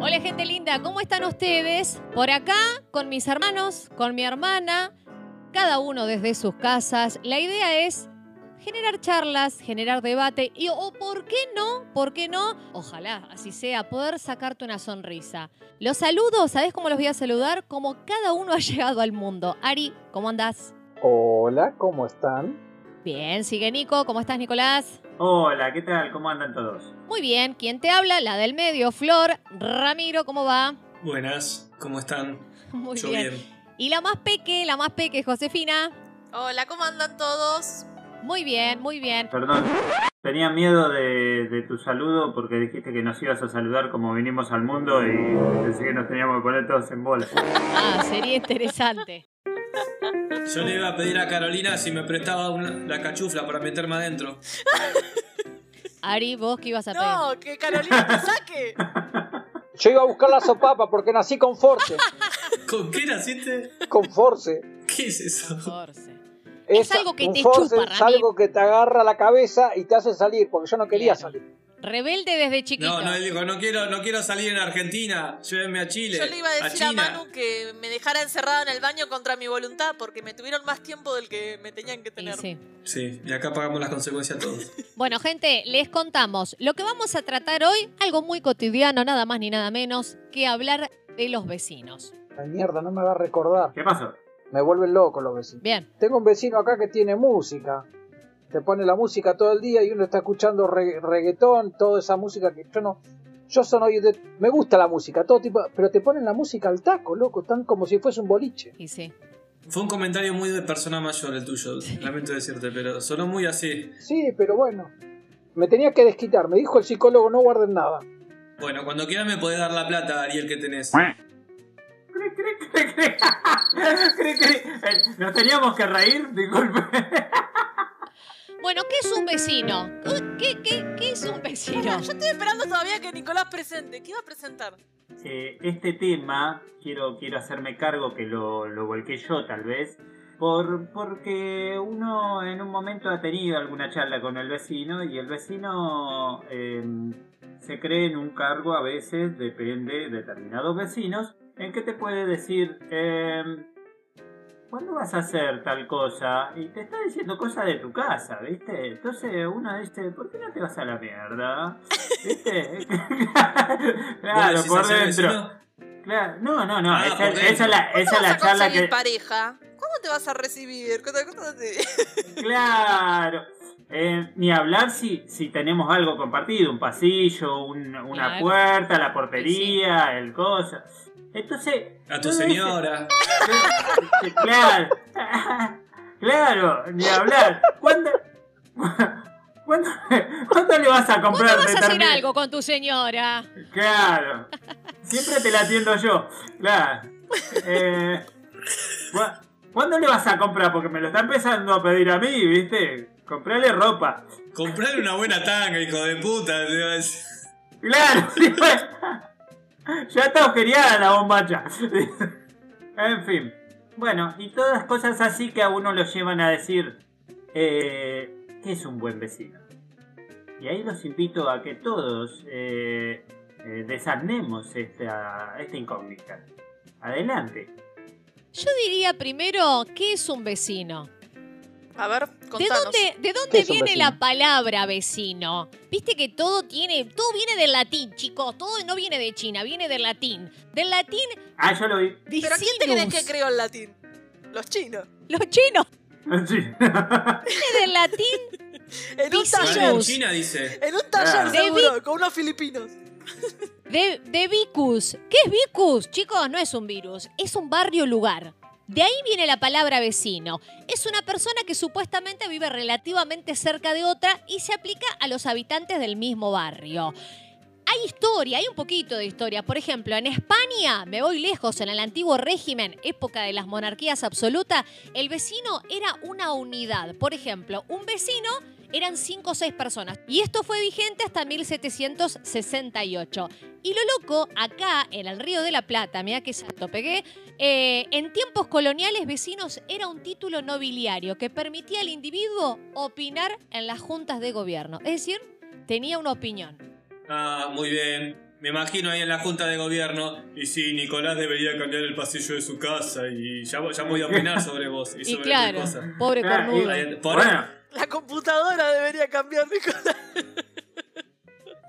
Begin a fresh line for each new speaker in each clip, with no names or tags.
Hola gente linda, ¿cómo están ustedes? Por acá, con mis hermanos, con mi hermana, cada uno desde sus casas. La idea es generar charlas, generar debate y o por qué no, por qué no, ojalá así sea, poder sacarte una sonrisa. Los saludo, ¿sabés cómo los voy a saludar? Como cada uno ha llegado al mundo. Ari, ¿cómo andás?
Hola, ¿cómo están?
Bien, sigue Nico, ¿cómo estás Nicolás?
Hola, ¿qué tal? ¿Cómo andan todos?
Muy bien, ¿quién te habla? La del medio, Flor, Ramiro, ¿cómo va?
Buenas, ¿cómo están?
Muy
Yo
bien. Y la más peque, la más peque, Josefina.
Hola, ¿cómo andan todos?
Muy bien, muy bien.
Perdón, tenía miedo de, de tu saludo porque dijiste que nos ibas a saludar como vinimos al mundo y pensé que nos teníamos que poner todos en bola.
Ah, sería interesante.
Yo le iba a pedir a Carolina si me prestaba una- la cachufla para meterme adentro.
Ari, vos qué ibas a pedir.
No, que Carolina te saque.
Yo iba a buscar la sopapa porque nací con force.
¿Con qué naciste?
Con force.
¿Qué es eso?
Force.
Es,
algo que
un
te
force
chupa,
Es
Ramiro.
algo que te agarra la cabeza y te hace salir, porque yo no quería
Claro.
salir.
Rebelde desde chiquito.
No, no, él dijo, no quiero, no quiero salir en Argentina, llévenme a Chile.
Yo le iba a decir a,
China.
Manu que me dejara encerrada en el baño contra mi voluntad porque me tuvieron más tiempo del que me tenían que
Y
tener.
sí.
Sí, y acá pagamos las consecuencias todos.
Bueno, gente, les contamos. Lo que vamos a tratar hoy, algo muy cotidiano, nada más ni nada menos, que hablar de los vecinos.
Ay, mierda, no me va a recordar.
¿Qué pasó?
Me vuelven loco los vecinos.
Bien.
Tengo un vecino acá que tiene música. Te pone la música todo el día y uno está escuchando re- reggaetón, toda esa música que yo no. Yo son hoy de- Me gusta la música, todo tipo. Pero te ponen la música al taco, loco. Tan como si fuese un boliche.
Y sí.
Fue un comentario muy de persona mayor el tuyo, lamento decirte, pero sonó muy así.
Sí, pero bueno. Me tenía que desquitar. Me dijo el psicólogo: no guarden nada.
Bueno, cuando quieras me podés dar la plata, Ariel, que tenés.
Cri, cri, cri, cri. Cri, cri. Eh, Nos teníamos que reír, disculpe.
Bueno, ¿qué es un vecino? ¿Qué, qué, qué es un vecino?
Yo estoy esperando todavía que Nicolás presente. ¿Qué iba a presentar?
Eh, este tema quiero, quiero hacerme cargo que lo, lo volqué yo tal vez, por, porque uno en un momento ha tenido alguna charla con el vecino y el vecino eh, se cree en un cargo a veces, depende de determinados vecinos, en que te puede decir, eh, ¿cuándo vas a hacer tal cosa? Y te está diciendo cosas de tu casa, ¿viste? Entonces uno dice, ¿por qué no te vas a la mierda? ¿Viste?
¿Vos
claro,
decís
por
así al
dentro.
vecino?
Claro, no, no, no,
Ah,
esa,
por
esa
dentro.
es la, esa es
¿Cuándo
la
vas a
charla
conseguir
que...
pareja? ¿Cuándo te vas a recibir? Cosas- cosas así.
Claro. Eh, ni hablar si, si tenemos algo compartido, un pasillo, un- una
Claro.
puerta, la portería, el cosa. Entonces...
A tu
todo ese-
señora.
Claro. Claro, ni hablar. ¿Cuándo, cuándo, cuándo le vas a comprar
¿Cuándo vas a hacer
determin-
algo con tu señora?
Claro. Siempre te la atiendo yo. Claro. Eh, ¿cu- ¿Cuándo le vas a comprar? Porque me lo está empezando a pedir a mí, ¿viste? Comprarle ropa.
Comprale una buena tanga, hijo de puta. te iba a decir.
Claro. sí, pues. ya está agujereada la bombacha. en fin. Bueno, y todas cosas así que a uno lo llevan a decir eh, que es un buen vecino. Y ahí los invito a que todos eh, eh, desarmemos esta, esta incógnita. Adelante.
Yo diría primero, ¿qué es un vecino?
A ver,
¿De
contanos.
dónde, ¿De
¿Qué
dónde
es un
viene
vecino?
la palabra vecino? Viste que todo tiene, todo viene del latín, chicos. Todo no viene de China, viene del latín. Del latín
Ah, yo lo vi.
¿Pero a quién te crees que
dicinus.
creó el latín? Los chinos.
Los chinos
Sí.
viene del latín
En un
Dicinus.
Mano en
taller.
China dice.
En un taller
Ah.
seguro, con unos filipinos.
de, de vicus. ¿Qué es vicus? Chicos, no es un virus, es un barrio lugar. De ahí viene la palabra vecino. Es una persona que supuestamente vive relativamente cerca de otra y se aplica a los habitantes del mismo barrio. Hay historia, hay un poquito de historia. Por ejemplo, en España, me voy lejos, en el antiguo régimen, época de las monarquías absolutas, el vecino era una unidad. Por ejemplo, un vecino eran cinco o seis personas. Y esto fue vigente hasta 1768. Y lo loco, acá en el Río de la Plata, mira que salto pegué, eh, en tiempos coloniales vecinos era un título nobiliario que permitía al individuo opinar en las juntas de gobierno. Es decir, tenía una opinión.
Ah, muy bien. Me imagino ahí en la junta de gobierno. Y sí, Nicolás debería cambiar el pasillo de su casa. Y ya, ya voy a opinar sobre vos y
Y
sobre
claro,
tu cosa.
pobre
Ah,
cornudo.
Ahí- Por,
Bueno,
La computadora debería cambiar de cosa.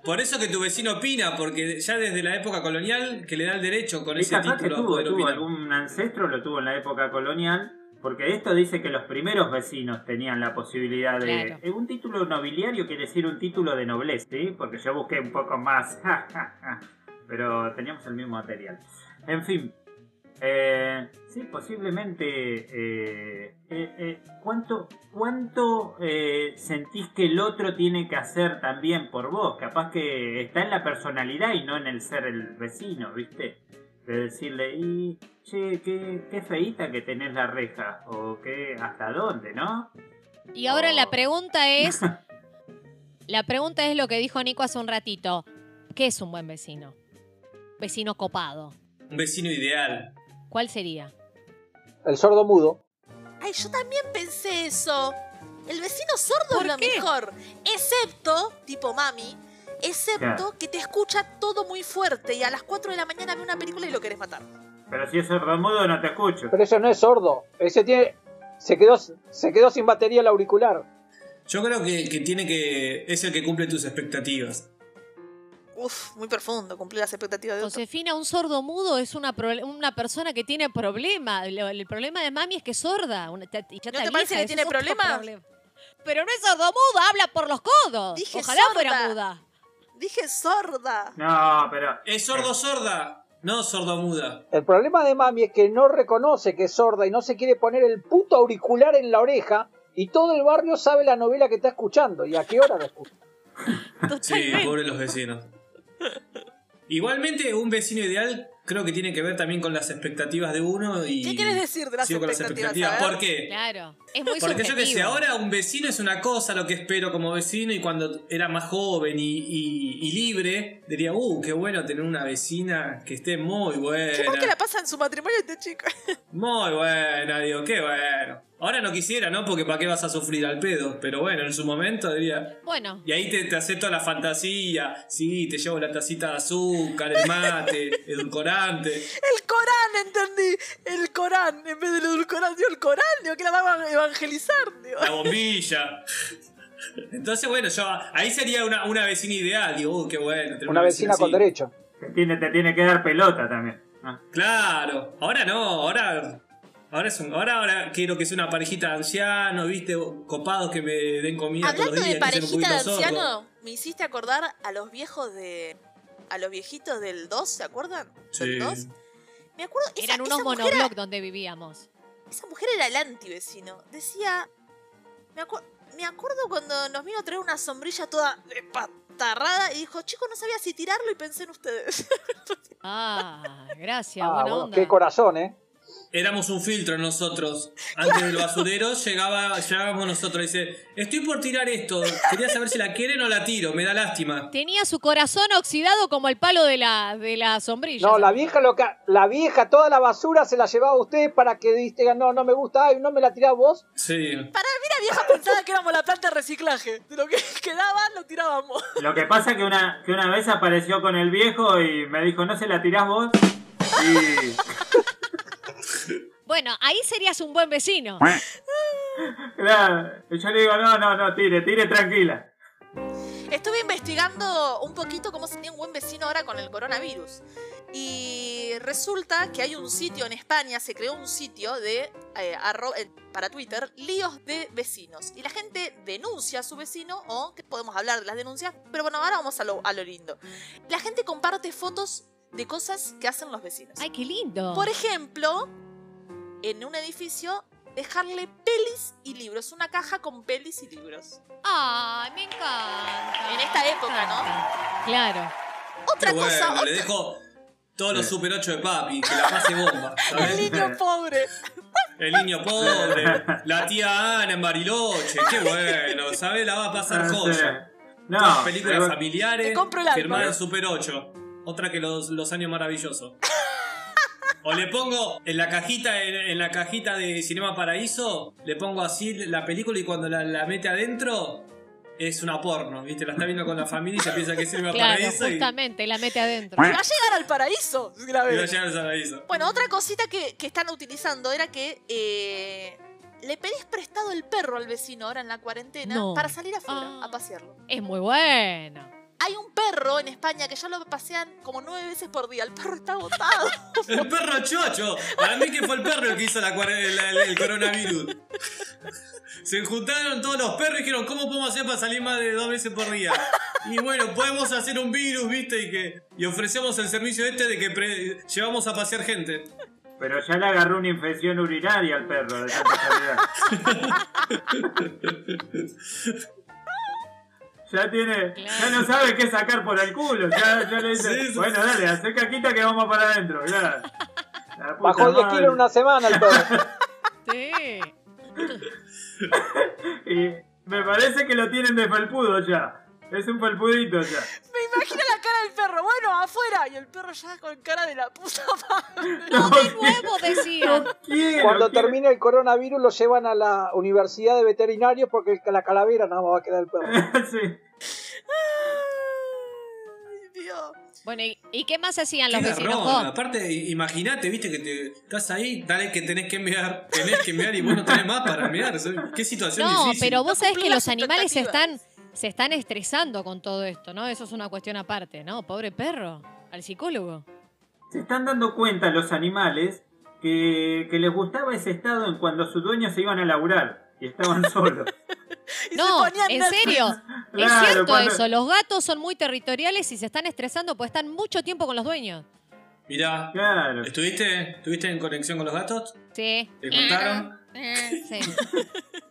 por eso que tu vecino opina, porque ya desde la época colonial que le da el derecho con
y
ese
capaz que
título a
tuvo,
poder
tuvo
opinar.
algún ancestro, lo tuvo en la época colonial. Porque esto dice que los primeros vecinos tenían la posibilidad de...
Claro.
Eh, Un título nobiliario quiere decir un título de nobleza, ¿sí? Porque yo busqué un poco más. ja, ja, ja, Pero teníamos el mismo material. En fin. Eh, sí, posiblemente... eh, eh, eh, ¿Cuánto, cuánto eh, sentís que el otro tiene que hacer también por vos? Capaz que está en la personalidad y no en el ser el vecino, ¿viste? de decirle, y che, qué, qué feíta que tenés la reja, o qué, hasta dónde, ¿no?
Y ahora
Oh.
la pregunta es, la pregunta es lo que dijo Nico hace un ratito. ¿Qué es un buen vecino? Vecino copado.
Un vecino ideal.
¿Cuál sería?
El sordo mudo.
Ay, yo también pensé eso. El vecino sordo
¿Por
es lo
qué?
mejor. Excepto, tipo mami, excepto
Claro.
que te escucha todo muy fuerte y a las 4 de la mañana ve una película y lo querés matar.
Pero si es sordomudo no te escucho.
Pero ese no es sordo. Ese tiene. Se quedó, se quedó sin batería el auricular.
Yo creo que, que tiene que. es el que cumple tus expectativas.
Uf, muy profundo, cumplir las expectativas de otro.
Josefina, un sordo mudo es una, prole- una persona que tiene problema. Lo- el problema de mami es que es sorda. Una- te- y ya
¿No
está
te
vieja,
parece que
eso
tiene
es otro
problema?
Pero no es sordo mudo, habla por los codos.
Dije
Ojalá fuera
sorda.
muda.
Dije sorda.
No, pero...
Es sordo sorda, no sordo muda.
El problema de mami es que no reconoce que es sorda y no se quiere poner el puto auricular en la oreja. Y todo el barrio sabe la novela que está escuchando y a qué hora la escucha.
Sí,
Totalmente.
pobre los vecinos. Igualmente, un vecino ideal creo que tiene que ver también con las expectativas de uno y.
¿Qué quieres decir de las
Sigo con las
expectativas? A
expectativas.
ver.
¿Por qué?
Claro. Es muy
Porque yo
subjetivo.
que sé, ahora un vecino es una cosa lo que espero como vecino y cuando era más joven y, y- y libre, diría, uh, qué bueno tener una vecina que esté muy
¿Qué mal que la
buena.
pasa en su matrimonio este chico?
Muy buena, digo, qué bueno. Ahora no quisiera, ¿no? Porque ¿para qué vas a sufrir al pedo? Pero bueno, en su momento diría,
Bueno,
y ahí te, te acepto la fantasía. Sí, te llevo la tacita de azúcar, el mate, edulcorante.
El Corán, entendí. El Corán, en vez del edulcorán, dio el Corán, digo, que la va a evangelizar, digo.
la bombilla. Entonces, bueno, yo ahí sería una, una vecina ideal. Digo, "Uh, qué bueno. tener
Una vecina con
así".
derecho.
Te tiene, te tiene que dar pelota también. Ah,
Claro, ahora no, ahora. Ahora, es un- ahora, ahora quiero que sea una parejita de ancianos, viste, copados que me den comida todos
Hablando
los
de
días, que sean un
parejita de
poquito sordos.
anciano, me hiciste acordar a los viejos de. a los viejitos del 2, ¿se acuerdan? Del 2.
Sí.
Me acuerdo. Esa,
eran unos
esa mujer, era-
monobloc donde vivíamos.
esa mujer era el antivecino. Decía. Me, acu- me acuerdo cuando nos vino a traer una sombrilla toda patarrada y dijo, chicos, no sabía si tirarlo y pensé en ustedes.
Ah, gracias,
Ah,
buena
bueno,
onda.
qué corazón, ¿eh?
Éramos un filtro nosotros. Antes del basurero llegaba, llegábamos nosotros. Dice, estoy por tirar esto. Quería saber si la quieren o la tiro. Me da lástima.
Tenía su corazón oxidado como el palo de la, de la sombrilla.
No, la vieja lo que- la vieja toda la basura se la llevaba a ustedes para que digan, no, no me gusta, ay, no me la tirás vos.
Sí.
Mira, vieja pensaba que éramos la planta de reciclaje. De lo que quedaba, lo tirábamos.
Lo que pasa es que una, que una vez apareció con el viejo y me dijo, ¿no se la tirás vos? Y...
Bueno, ahí serías un buen vecino.
Claro, y yo le digo, no, no, no, tire, tire tranquila.
Estuve investigando un poquito cómo se tiene un buen vecino ahora con el coronavirus. Y resulta que hay un sitio en España, se creó un sitio de eh, arro- eh, para Twitter, líos de vecinos. Y la gente denuncia a su vecino, o que podemos hablar de las denuncias, pero bueno, ahora vamos a lo, a lo lindo. La gente comparte fotos de cosas que hacen los vecinos.
Ay, qué lindo.
Por ejemplo, en un edificio, dejarle pelis y libros, una caja con pelis y libros.
Ay, me encanta.
En esta época, ¿no?
¿no? Claro.
Otra
Pero bueno,
cosa,
le
otra-
dejo todos los super 8 de papi, que la pase bomba.
El
¿sabes?
niño pobre.
El niño pobre, la tía Ana en Bariloche, qué bueno, ¿sabes? La va a pasar
No,
joya.
no,
Todas películas
pero-
Te
familiares,
compro el álbum.
firmada en super 8. Otra que los, los años maravillosos. O le pongo en la cajita en, en la cajita de Cinema Paraíso, le pongo así la película y cuando la, la mete adentro, es una porno, ¿viste? La está viendo con la familia y se piensa que sirve para
Claro,
paraíso y, y va
justamente, la mete adentro.
Va a llegar al paraíso.
a
Grave.
llegar al paraíso.
Bueno, otra cosita que, que están utilizando era que eh, le pedís prestado el perro al vecino ahora en la cuarentena
No.
para salir afuera
Ah.
a pasearlo.
Es muy bueno.
Hay un perro en España que ya lo pasean como nueve veces por día. El perro está agotado.
El perro chocho. Para mí que fue el perro el que hizo la cuare- la- la- el coronavirus. Se juntaron todos los perros y dijeron, ¿cómo podemos hacer para salir más de dos veces por día? Y bueno, podemos hacer un virus, ¿viste? Y que y ofrecemos el servicio este de que pre- llevamos a pasear gente.
Pero ya le agarró una infección urinaria al perro de tanta calidad. Ya tiene, ya no sabe qué sacar por el culo. Ya, ya le dice,
Sí, sí,
bueno,
sí.
dale, hace caquita que vamos para adentro. Claro. La puta
Bajó 10
madre.
kilos en una semana el perro.
Sí.
Y me parece que lo tienen de felpudo ya. Es un felpudito ya.
Me imagino la cara del perro. Bueno, afuera. Y el perro ya con cara de la puta madre.
No de nuevo, decía.
Quiero,
Cuando
quiero.
termine el coronavirus lo llevan a la universidad de veterinarios porque el- la calavera nada más va a quedar el perro.
Sí.
Ay, Dios.
Bueno, ¿y, y qué más hacían los
Qué
vecinos?
garrón.
Con?
Aparte, i- imagínate, viste que te, estás ahí, dale que tenés que enviar, tenés que enviar y vos no tenés más para enviar. Qué situación
No,
difícil.
pero vos
No
sabés
cumplió
que los
las
animales se están,
expectativas.
se están estresando con todo esto, ¿no? Eso es una cuestión aparte, ¿no? Pobre perro, al psicólogo.
Se están dando cuenta los animales que, que les gustaba ese estado en cuando sus dueños se iban a laburar y estaban solos.
Y
No,
se ponían
en
Netflix.
serio. Es
Claro,
cierto
cuando-
eso, los gatos son muy territoriales y se están estresando porque están mucho tiempo con los dueños.
Mirá,
Claro.
¿estuviste, ¿estuviste en conexión con los gatos?
Sí. Eh,
¿Te contaron?
Sí.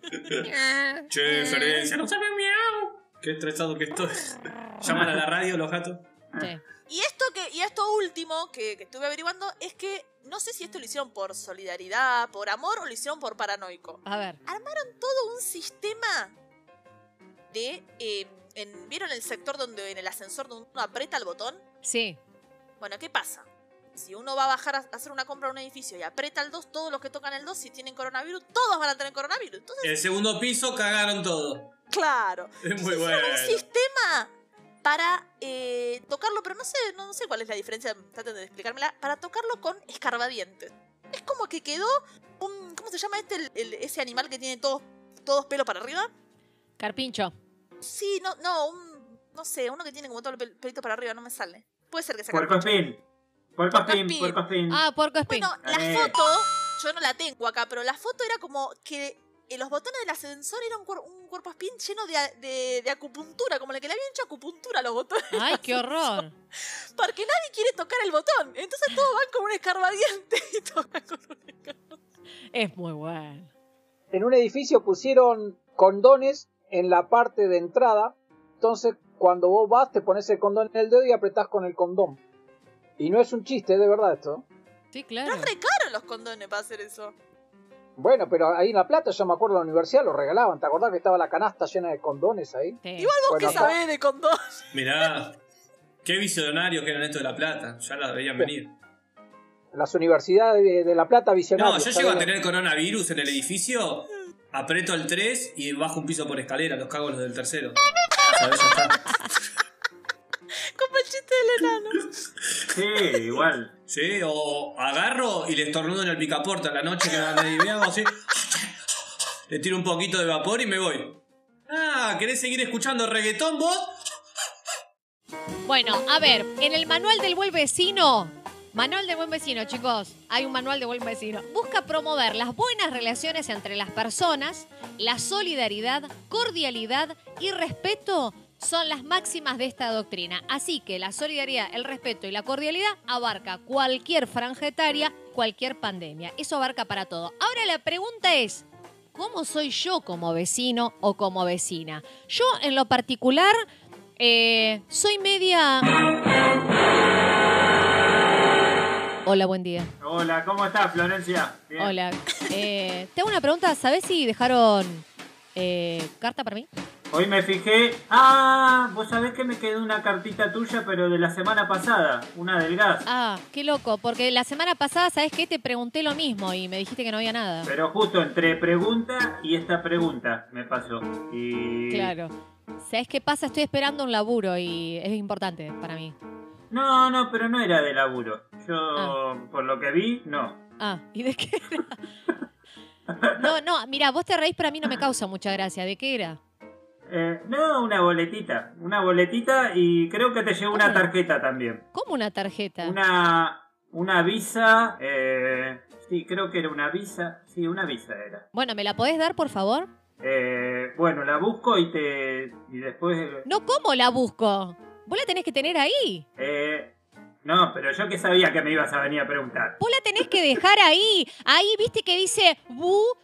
Eh.
Che, Florencia, Eh, no sabe miau. Qué estresado que estoy. Llaman a la radio los gatos.
Sí.
Y esto, que, y esto último que, que estuve averiguando es que no sé si esto lo hicieron por solidaridad, por amor o lo hicieron por paranoico.
A ver.
Todo un sistema de... eh, en- ¿Vieron el sector donde en el ascensor donde uno aprieta el botón?
Sí.
Bueno, ¿qué pasa? Si uno va a bajar a a hacer una compra a un edificio y aprieta el 2, todos los que tocan el 2, si tienen coronavirus, todos van a tener coronavirus. Entonces,
El segundo piso cagaron todo.
claro.
Es muy
Hicieron
bueno.
un sistema para eh, tocarlo, pero no sé, no, no sé cuál es la diferencia, traten de explicármela, para tocarlo con escarbadientes. Es como que quedó un, ¿cómo se llama este, el- el- ese animal que tiene todos, todos pelos para arriba?
Carpincho.
Sí, no, no, un, no sé, uno que tiene como todo el pel- pelito para arriba, no me sale. Puede ser que sea
Puerco espín. Puerco espín,
Puercoespín.
puerco espín.
Ah, porco espín.
Bueno, la
Eh.
foto, yo no la tengo acá, pero la foto era como que en los botones del ascensor era un, cuer- un cuerpo spin lleno de, a- de- de acupuntura, como la que le habían hecho acupuntura a los botones,
Ay, qué horror.
porque nadie quiere tocar el botón. Entonces todos van con un escarbadiente y tocan con un escarbadiente.
Es muy bueno.
En un edificio pusieron condones en la parte de entrada, entonces cuando vos vas te pones el condón en el dedo y apretás con el condón. Y no es un chiste, de verdad esto.
Sí,
Pero
claro.
es re caro los condones para hacer eso.
Bueno, pero ahí en La Plata, yo me acuerdo en la universidad lo regalaban. ¿Te acordás que estaba la canasta llena de condones ahí?
Sí.
¿Vos
Bueno,
qué sabés de condón?
Mirá, qué visionarios que eran estos de La Plata. Ya la veían venir.
Las universidades de, de La Plata
No,
visionarias.
yo llego a tener coronavirus en el edificio, aprieto el 3 y bajo un piso por escalera. Los cago los del tercero. ¿Sabés? Ya está.
Como el chiste del enano.
Sí, igual.
Sí, o agarro y le estornudo en el picaporte a la noche que nadie me hago así. Le tiro un poquito de vapor y me voy. Ah, ¿querés seguir escuchando reggaetón vos?
Bueno, a ver, en el manual del buen vecino, manual del buen vecino, chicos, hay un manual del buen vecino. Busca promover las buenas relaciones entre las personas, la solidaridad, cordialidad y respeto son las máximas de esta doctrina. Así que la solidaridad, el respeto y la cordialidad abarca cualquier franja etaria, cualquier pandemia. Eso abarca para todo. Ahora la pregunta es, ¿cómo soy yo como vecino o como vecina? Yo en lo particular eh, soy media. Hola, buen día.
Hola, ¿cómo estás, Florencia? Bien.
Hola. Eh, te hago una pregunta. ¿Sabes si dejaron eh, carta para mí?
Hoy me fijé. Ah, vos sabés que me quedó una cartita tuya, pero de la semana pasada. Una del gas.
Ah, qué loco, porque la semana pasada, ¿sabes qué? Te pregunté lo mismo y me dijiste que no había nada.
Pero justo entre pregunta y esta pregunta me pasó. Y.
Claro. ¿Sabes qué pasa? Estoy esperando un laburo y es importante para mí.
No, no, pero no era de laburo. Yo, por lo que vi, no.
Ah, ¿y de qué era? No, no, mira, vos te reís, pero a mí no me causa mucha gracia. ¿De qué era?
Eh, no, una boletita. Una boletita y creo que te llegó una
¿Cómo?
tarjeta también.
¿Cómo una tarjeta?
Una. Una visa. Eh, sí, creo que era una visa. Sí, una visa era.
Bueno, ¿me la podés dar, por favor?
Eh, bueno, la busco y te. Y después.
No, ¿cómo la busco? Vos la tenés que tener ahí.
Eh, no, pero yo que sabía que me ibas a venir a preguntar.
Vos la tenés que dejar ahí. Ahí viste que dice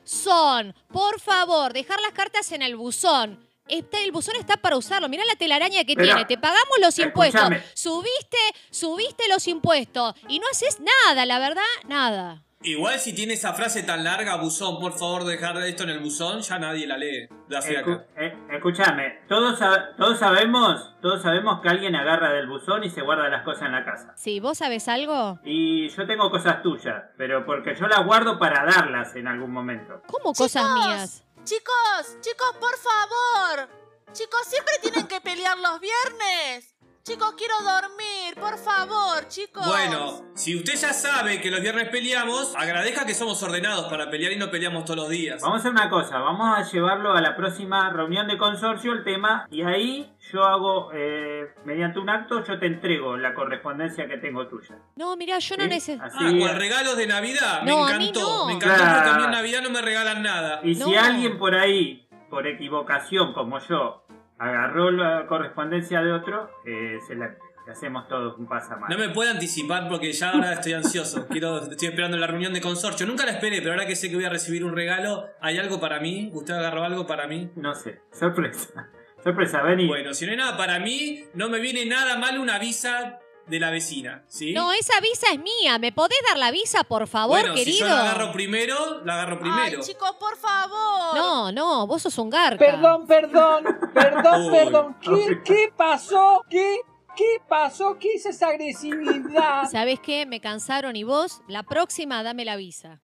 buzón. Por favor, dejar las cartas en el buzón. Está- el buzón está para usarlo. Mirá la telaraña que
Pero,
tiene. Te pagamos los impuestos.
escuchame.
Subiste, subiste los impuestos. Y no haces nada, la verdad, nada.
Igual si tiene esa frase tan larga, buzón, por favor dejar esto en el buzón, ya nadie la lee. La hace
Escu-
acá.
eh, escúchame, todos, sa- todos sabemos, todos sabemos que alguien agarra del buzón y se guarda las cosas en la casa.
Sí, ¿vos sabés algo?
Y yo tengo cosas tuyas, pero porque yo las guardo para darlas en algún momento.
¿Cómo cosas
Chicos.
mías?
Chicos, chicos, por favor. Chicos, siempre tienen que pelear los viernes. Chicos, quiero dormir, por favor, chicos.
Bueno, si usted ya sabe que los viernes peleamos, agradezca que somos ordenados para pelear y no peleamos todos los días.
Vamos a hacer una cosa, vamos a llevarlo a la próxima reunión de consorcio el tema y ahí yo hago, eh, mediante un acto, yo te entrego la correspondencia que tengo tuya.
No, mirá, yo no
¿Sí?
necesito.
Ah,
Así-
con regalos de Navidad.
No,
me
a mí
encantó.
no.
Me encantó
Claro.
porque a mí en Navidad no me regalan nada.
Y si
No.
alguien por ahí, por equivocación como yo, agarró la correspondencia de otro, eh, se la le hacemos todos un pasamano.
No me puedo anticipar porque ya ahora estoy ansioso. Quiero, estoy esperando la reunión de consorcio. Nunca la esperé, pero ahora que sé que voy a recibir un regalo, ¿hay algo para mí? ¿Usted agarró algo para mí?
No sé, sorpresa. Sorpresa, vení.
Bueno, si no hay nada para mí, no me viene nada mal una visa de la vecina, ¿sí?
No, esa visa es mía. ¿Me podés dar la visa, por favor,
bueno,
querido?
si yo la agarro primero, la agarro primero.
Ay, chicos, por favor.
No, no, vos sos un garca.
Perdón, perdón, perdón,
Uy.
perdón. ¿Qué, qué pasó? ¿Qué, ¿Qué pasó? ¿Qué es esa agresividad?
¿Sabés qué? Me cansaron y vos, la próxima dame la visa.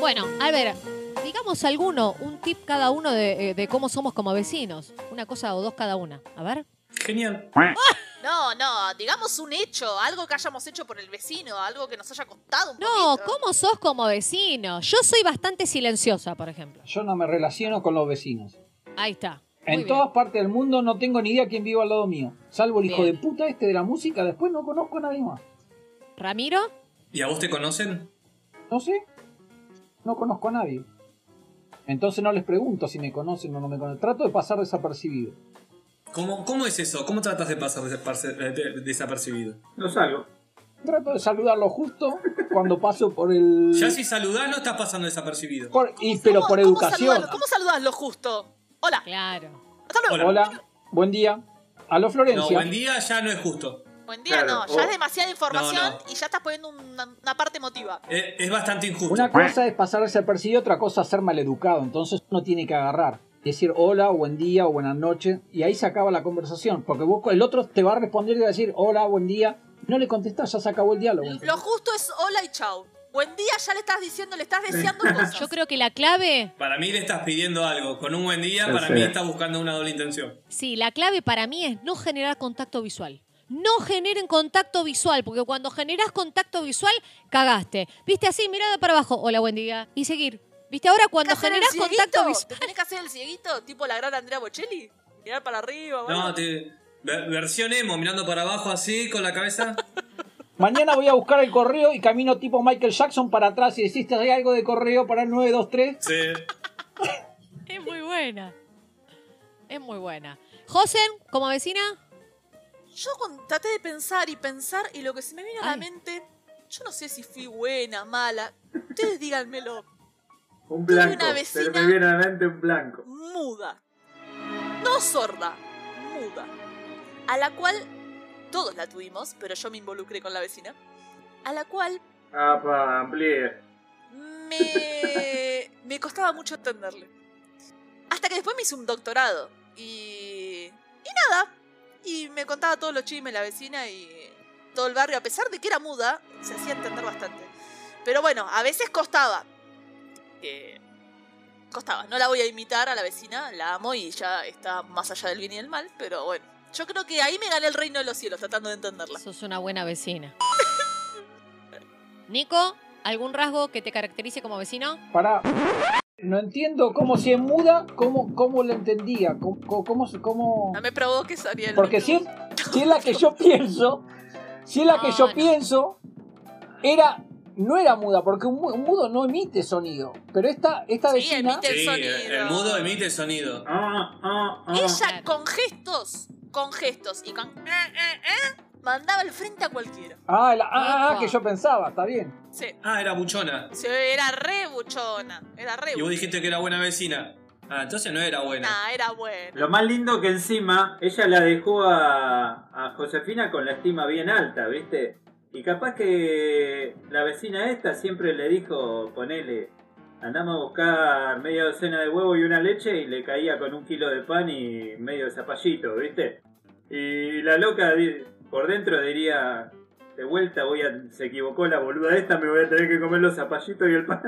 Bueno, a ver, digamos alguno, un tip cada uno de, eh, de cómo somos como vecinos. Una cosa o dos cada una. A ver.
Genial.
No, no, digamos un hecho, algo que hayamos hecho por el vecino, algo que nos haya costado un
No,
poquito.
¿cómo sos como vecino? Yo soy bastante silenciosa, por ejemplo.
Yo no me relaciono con los vecinos.
Ahí está. Muy
En
bien.
todas partes del mundo no tengo ni idea quién vive al lado mío. Salvo el hijo
Bien.
de puta este de la música, después no conozco a nadie más.
Ramiro,
¿Y a vos te conocen?
No sé. No conozco a nadie. Entonces no les pregunto si me conocen o no me conocen. Trato de pasar desapercibido.
¿Cómo, cómo es eso? ¿Cómo tratas de pasar desaperci- de- desapercibido?
No salgo.
Trato de saludarlo justo cuando paso por el...
Ya si saludás, no estás pasando desapercibido.
por- y, pero
¿Cómo-
por
cómo
educación.
saludas- ¿Cómo saludas lo justo? Hola,
claro.
hasta luego.
Hola.
Hola, buen día. Aló Florencia.
No, buen día ya no es justo.
Buen día,
Claro,
no, ya
o-
es demasiada información
No,
y ya estás poniendo una, una parte emotiva.
Eh, Es, bastante injusto.
Una cosa es pasar desapercibido, otra cosa es ser maleducado. Entonces uno tiene que agarrar, decir hola, buen día o buenas noches. Y ahí se acaba la conversación. Porque vos, el otro te va a responder y va a decir hola, buen día. No le contestás, ya se acabó el diálogo.
Lo justo es hola y chau. Buen día, ya le estás diciendo, le estás deseando cosas.
Yo creo que la clave,
Para mí le estás pidiendo algo. Con un buen día,
Sí,
para
sí.
mí estás buscando una doble intención.
sí, la clave para mí es no generar contacto visual. No generen contacto visual, porque cuando generás contacto visual, cagaste. Viste así, mirada para abajo. Hola, buen día. Y seguir. Viste, ahora cuando
¿Tenés que hacer el
generás contacto
cieguito?
visual.
¿Te tenés que hacer el cieguito? Tipo la gran Andrea Bocelli. Mirar para arriba,
No,
bueno.
te, ver- versión emo, mirando para abajo así, con la cabeza.
Mañana voy a buscar el correo y camino tipo Michael Jackson para atrás y decís, ¿hay algo de correo para el 923?
Sí.
Es muy buena. Es muy buena. Josen, como vecina,
Yo cuando traté de pensar y pensar y lo que se me vino a la
Ay.
mente, yo no sé si fui buena, mala. Ustedes díganmelo.
Un
Tuve
blanco.
una vecina-
Pero me viene a la mente un blanco.
muda. No sorda, muda. A la cual todos la tuvimos, pero yo me involucré con la vecina. A la cual
Ah, pa, amplíe.
me, me costaba mucho entenderle. Hasta que después me hice un doctorado. Y. Y nada. Y me contaba todos los chismes la vecina y todo el barrio. A pesar de que era muda, se hacía entender bastante. Pero bueno, a veces costaba. Eh, costaba. No la voy a imitar a la vecina, la amo y ya está más allá del bien y del mal. Pero bueno, yo creo que ahí me gané el reino de los cielos tratando de entenderla.
Sos una buena vecina. Nico, ¿algún rasgo que te caracterice como vecino?
Pará. No entiendo cómo si es muda, cómo, cómo lo entendía, cómo, cómo, cómo- cómo...
No me provoques, Ariel.
Porque si es, si es la que yo pienso, si es la que
No,
yo
no.
pienso, era, no era muda, porque un, mu- un mudo no emite sonido. Pero esta, esta
Sí,
vecina,
emite. El sonido.
el mudo emite sonido.
Ah, ah, ah.
Ella
Claro.
con gestos, con gestos y con. eh, eh, eh, mandaba el frente a cualquiera.
ah, la, ah, ah,
Epa.
que yo pensaba, está bien.
Sí.
Ah, era buchona.
Sí, era re buchona. Era re
Y vos
buchona.
dijiste que era buena vecina. Ah, entonces no era buena.
Nah, era bueno.
Lo más lindo que encima, ella la dejó a, a Josefina con la estima bien alta, ¿viste? Y capaz que la vecina esta siempre le dijo, ponele, andamos a buscar media docena de huevos y una leche y le caía con un kilo de pan y medio zapallito, ¿viste? Y la loca di- por dentro diría, de vuelta voy a, se equivocó la boluda esta, me voy a tener que comer los zapallitos y el pan.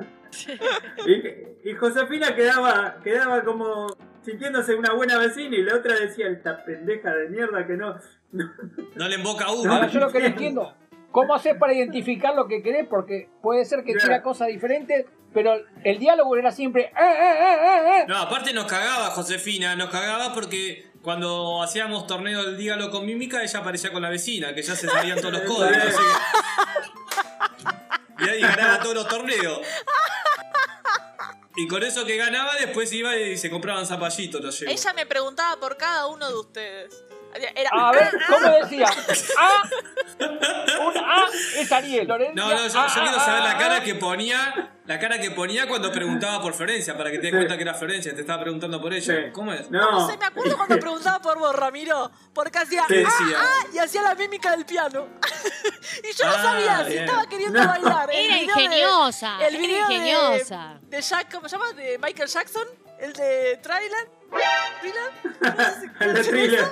Y, y Josefina quedaba, quedaba como sintiéndose una buena vecina y la otra decía, esta pendeja de mierda que no...
No le emboca ¿eh?
Ahora
uno.
yo lo que no entiendo, ¿cómo haces para identificar lo que querés? Porque puede ser que
Claro.
quiera cosas diferentes, pero el diálogo era siempre... "Eh, eh, eh, eh, eh".
No, aparte nos cagaba Josefina, nos cagaba porque cuando hacíamos torneo del dígalo con mímica, ella aparecía con la vecina, que ya se sabían todos los códigos. así que- Y ahí ganaba todos los torneos. Y con eso que ganaba, después iba y se compraban zapallitos los llevo.
Ella me preguntaba por cada uno de ustedes. Era.
A ver, ¿cómo decía? Ah, un A es Ariel. Lorencia,
No, no, yo, yo
ah,
quiero
ah,
saber la
ah,
cara
ah.
que ponía, la cara que ponía cuando preguntaba por Florencia, para que te des
Sí.
cuenta que era Florencia, te estaba preguntando por ella.
Sí.
¿Cómo es?
No,
No,
sé, me acuerdo cuando preguntaba por vos, Ramiro. Porque hacía.
Te
"Ah",
decía.
y hacía la mímica del piano. y yo
Ah,
no sabía si
bien.
estaba queriendo
No.
bailar.
Era
El video de-
ingeniosa,
el
era
video de-
ingeniosa.
De, Jack, ¿cómo se llama? De Michael Jackson. El de Trailer. Thriller.
el de thriller.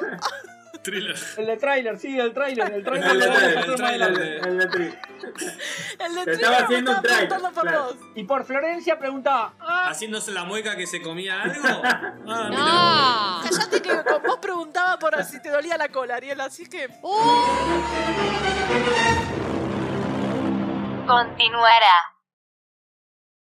Thriller.
El de trailer, sí, el trailer, el trailer.
El de tráiler,
Nosotros
el tráiler.
bailamos.
El de thriller.
El de
Te
Thriller.
estaba
me
haciendo un tráiler,
preguntando por
claro.
vos.
Y por Florencia preguntaba, ah,
Haciéndose la mueca que se comía algo. Ah, mirá.
¡No!
Callate que con vos preguntaba por si te dolía la cola, Ariel, así que.
¡Uh!
Continuará.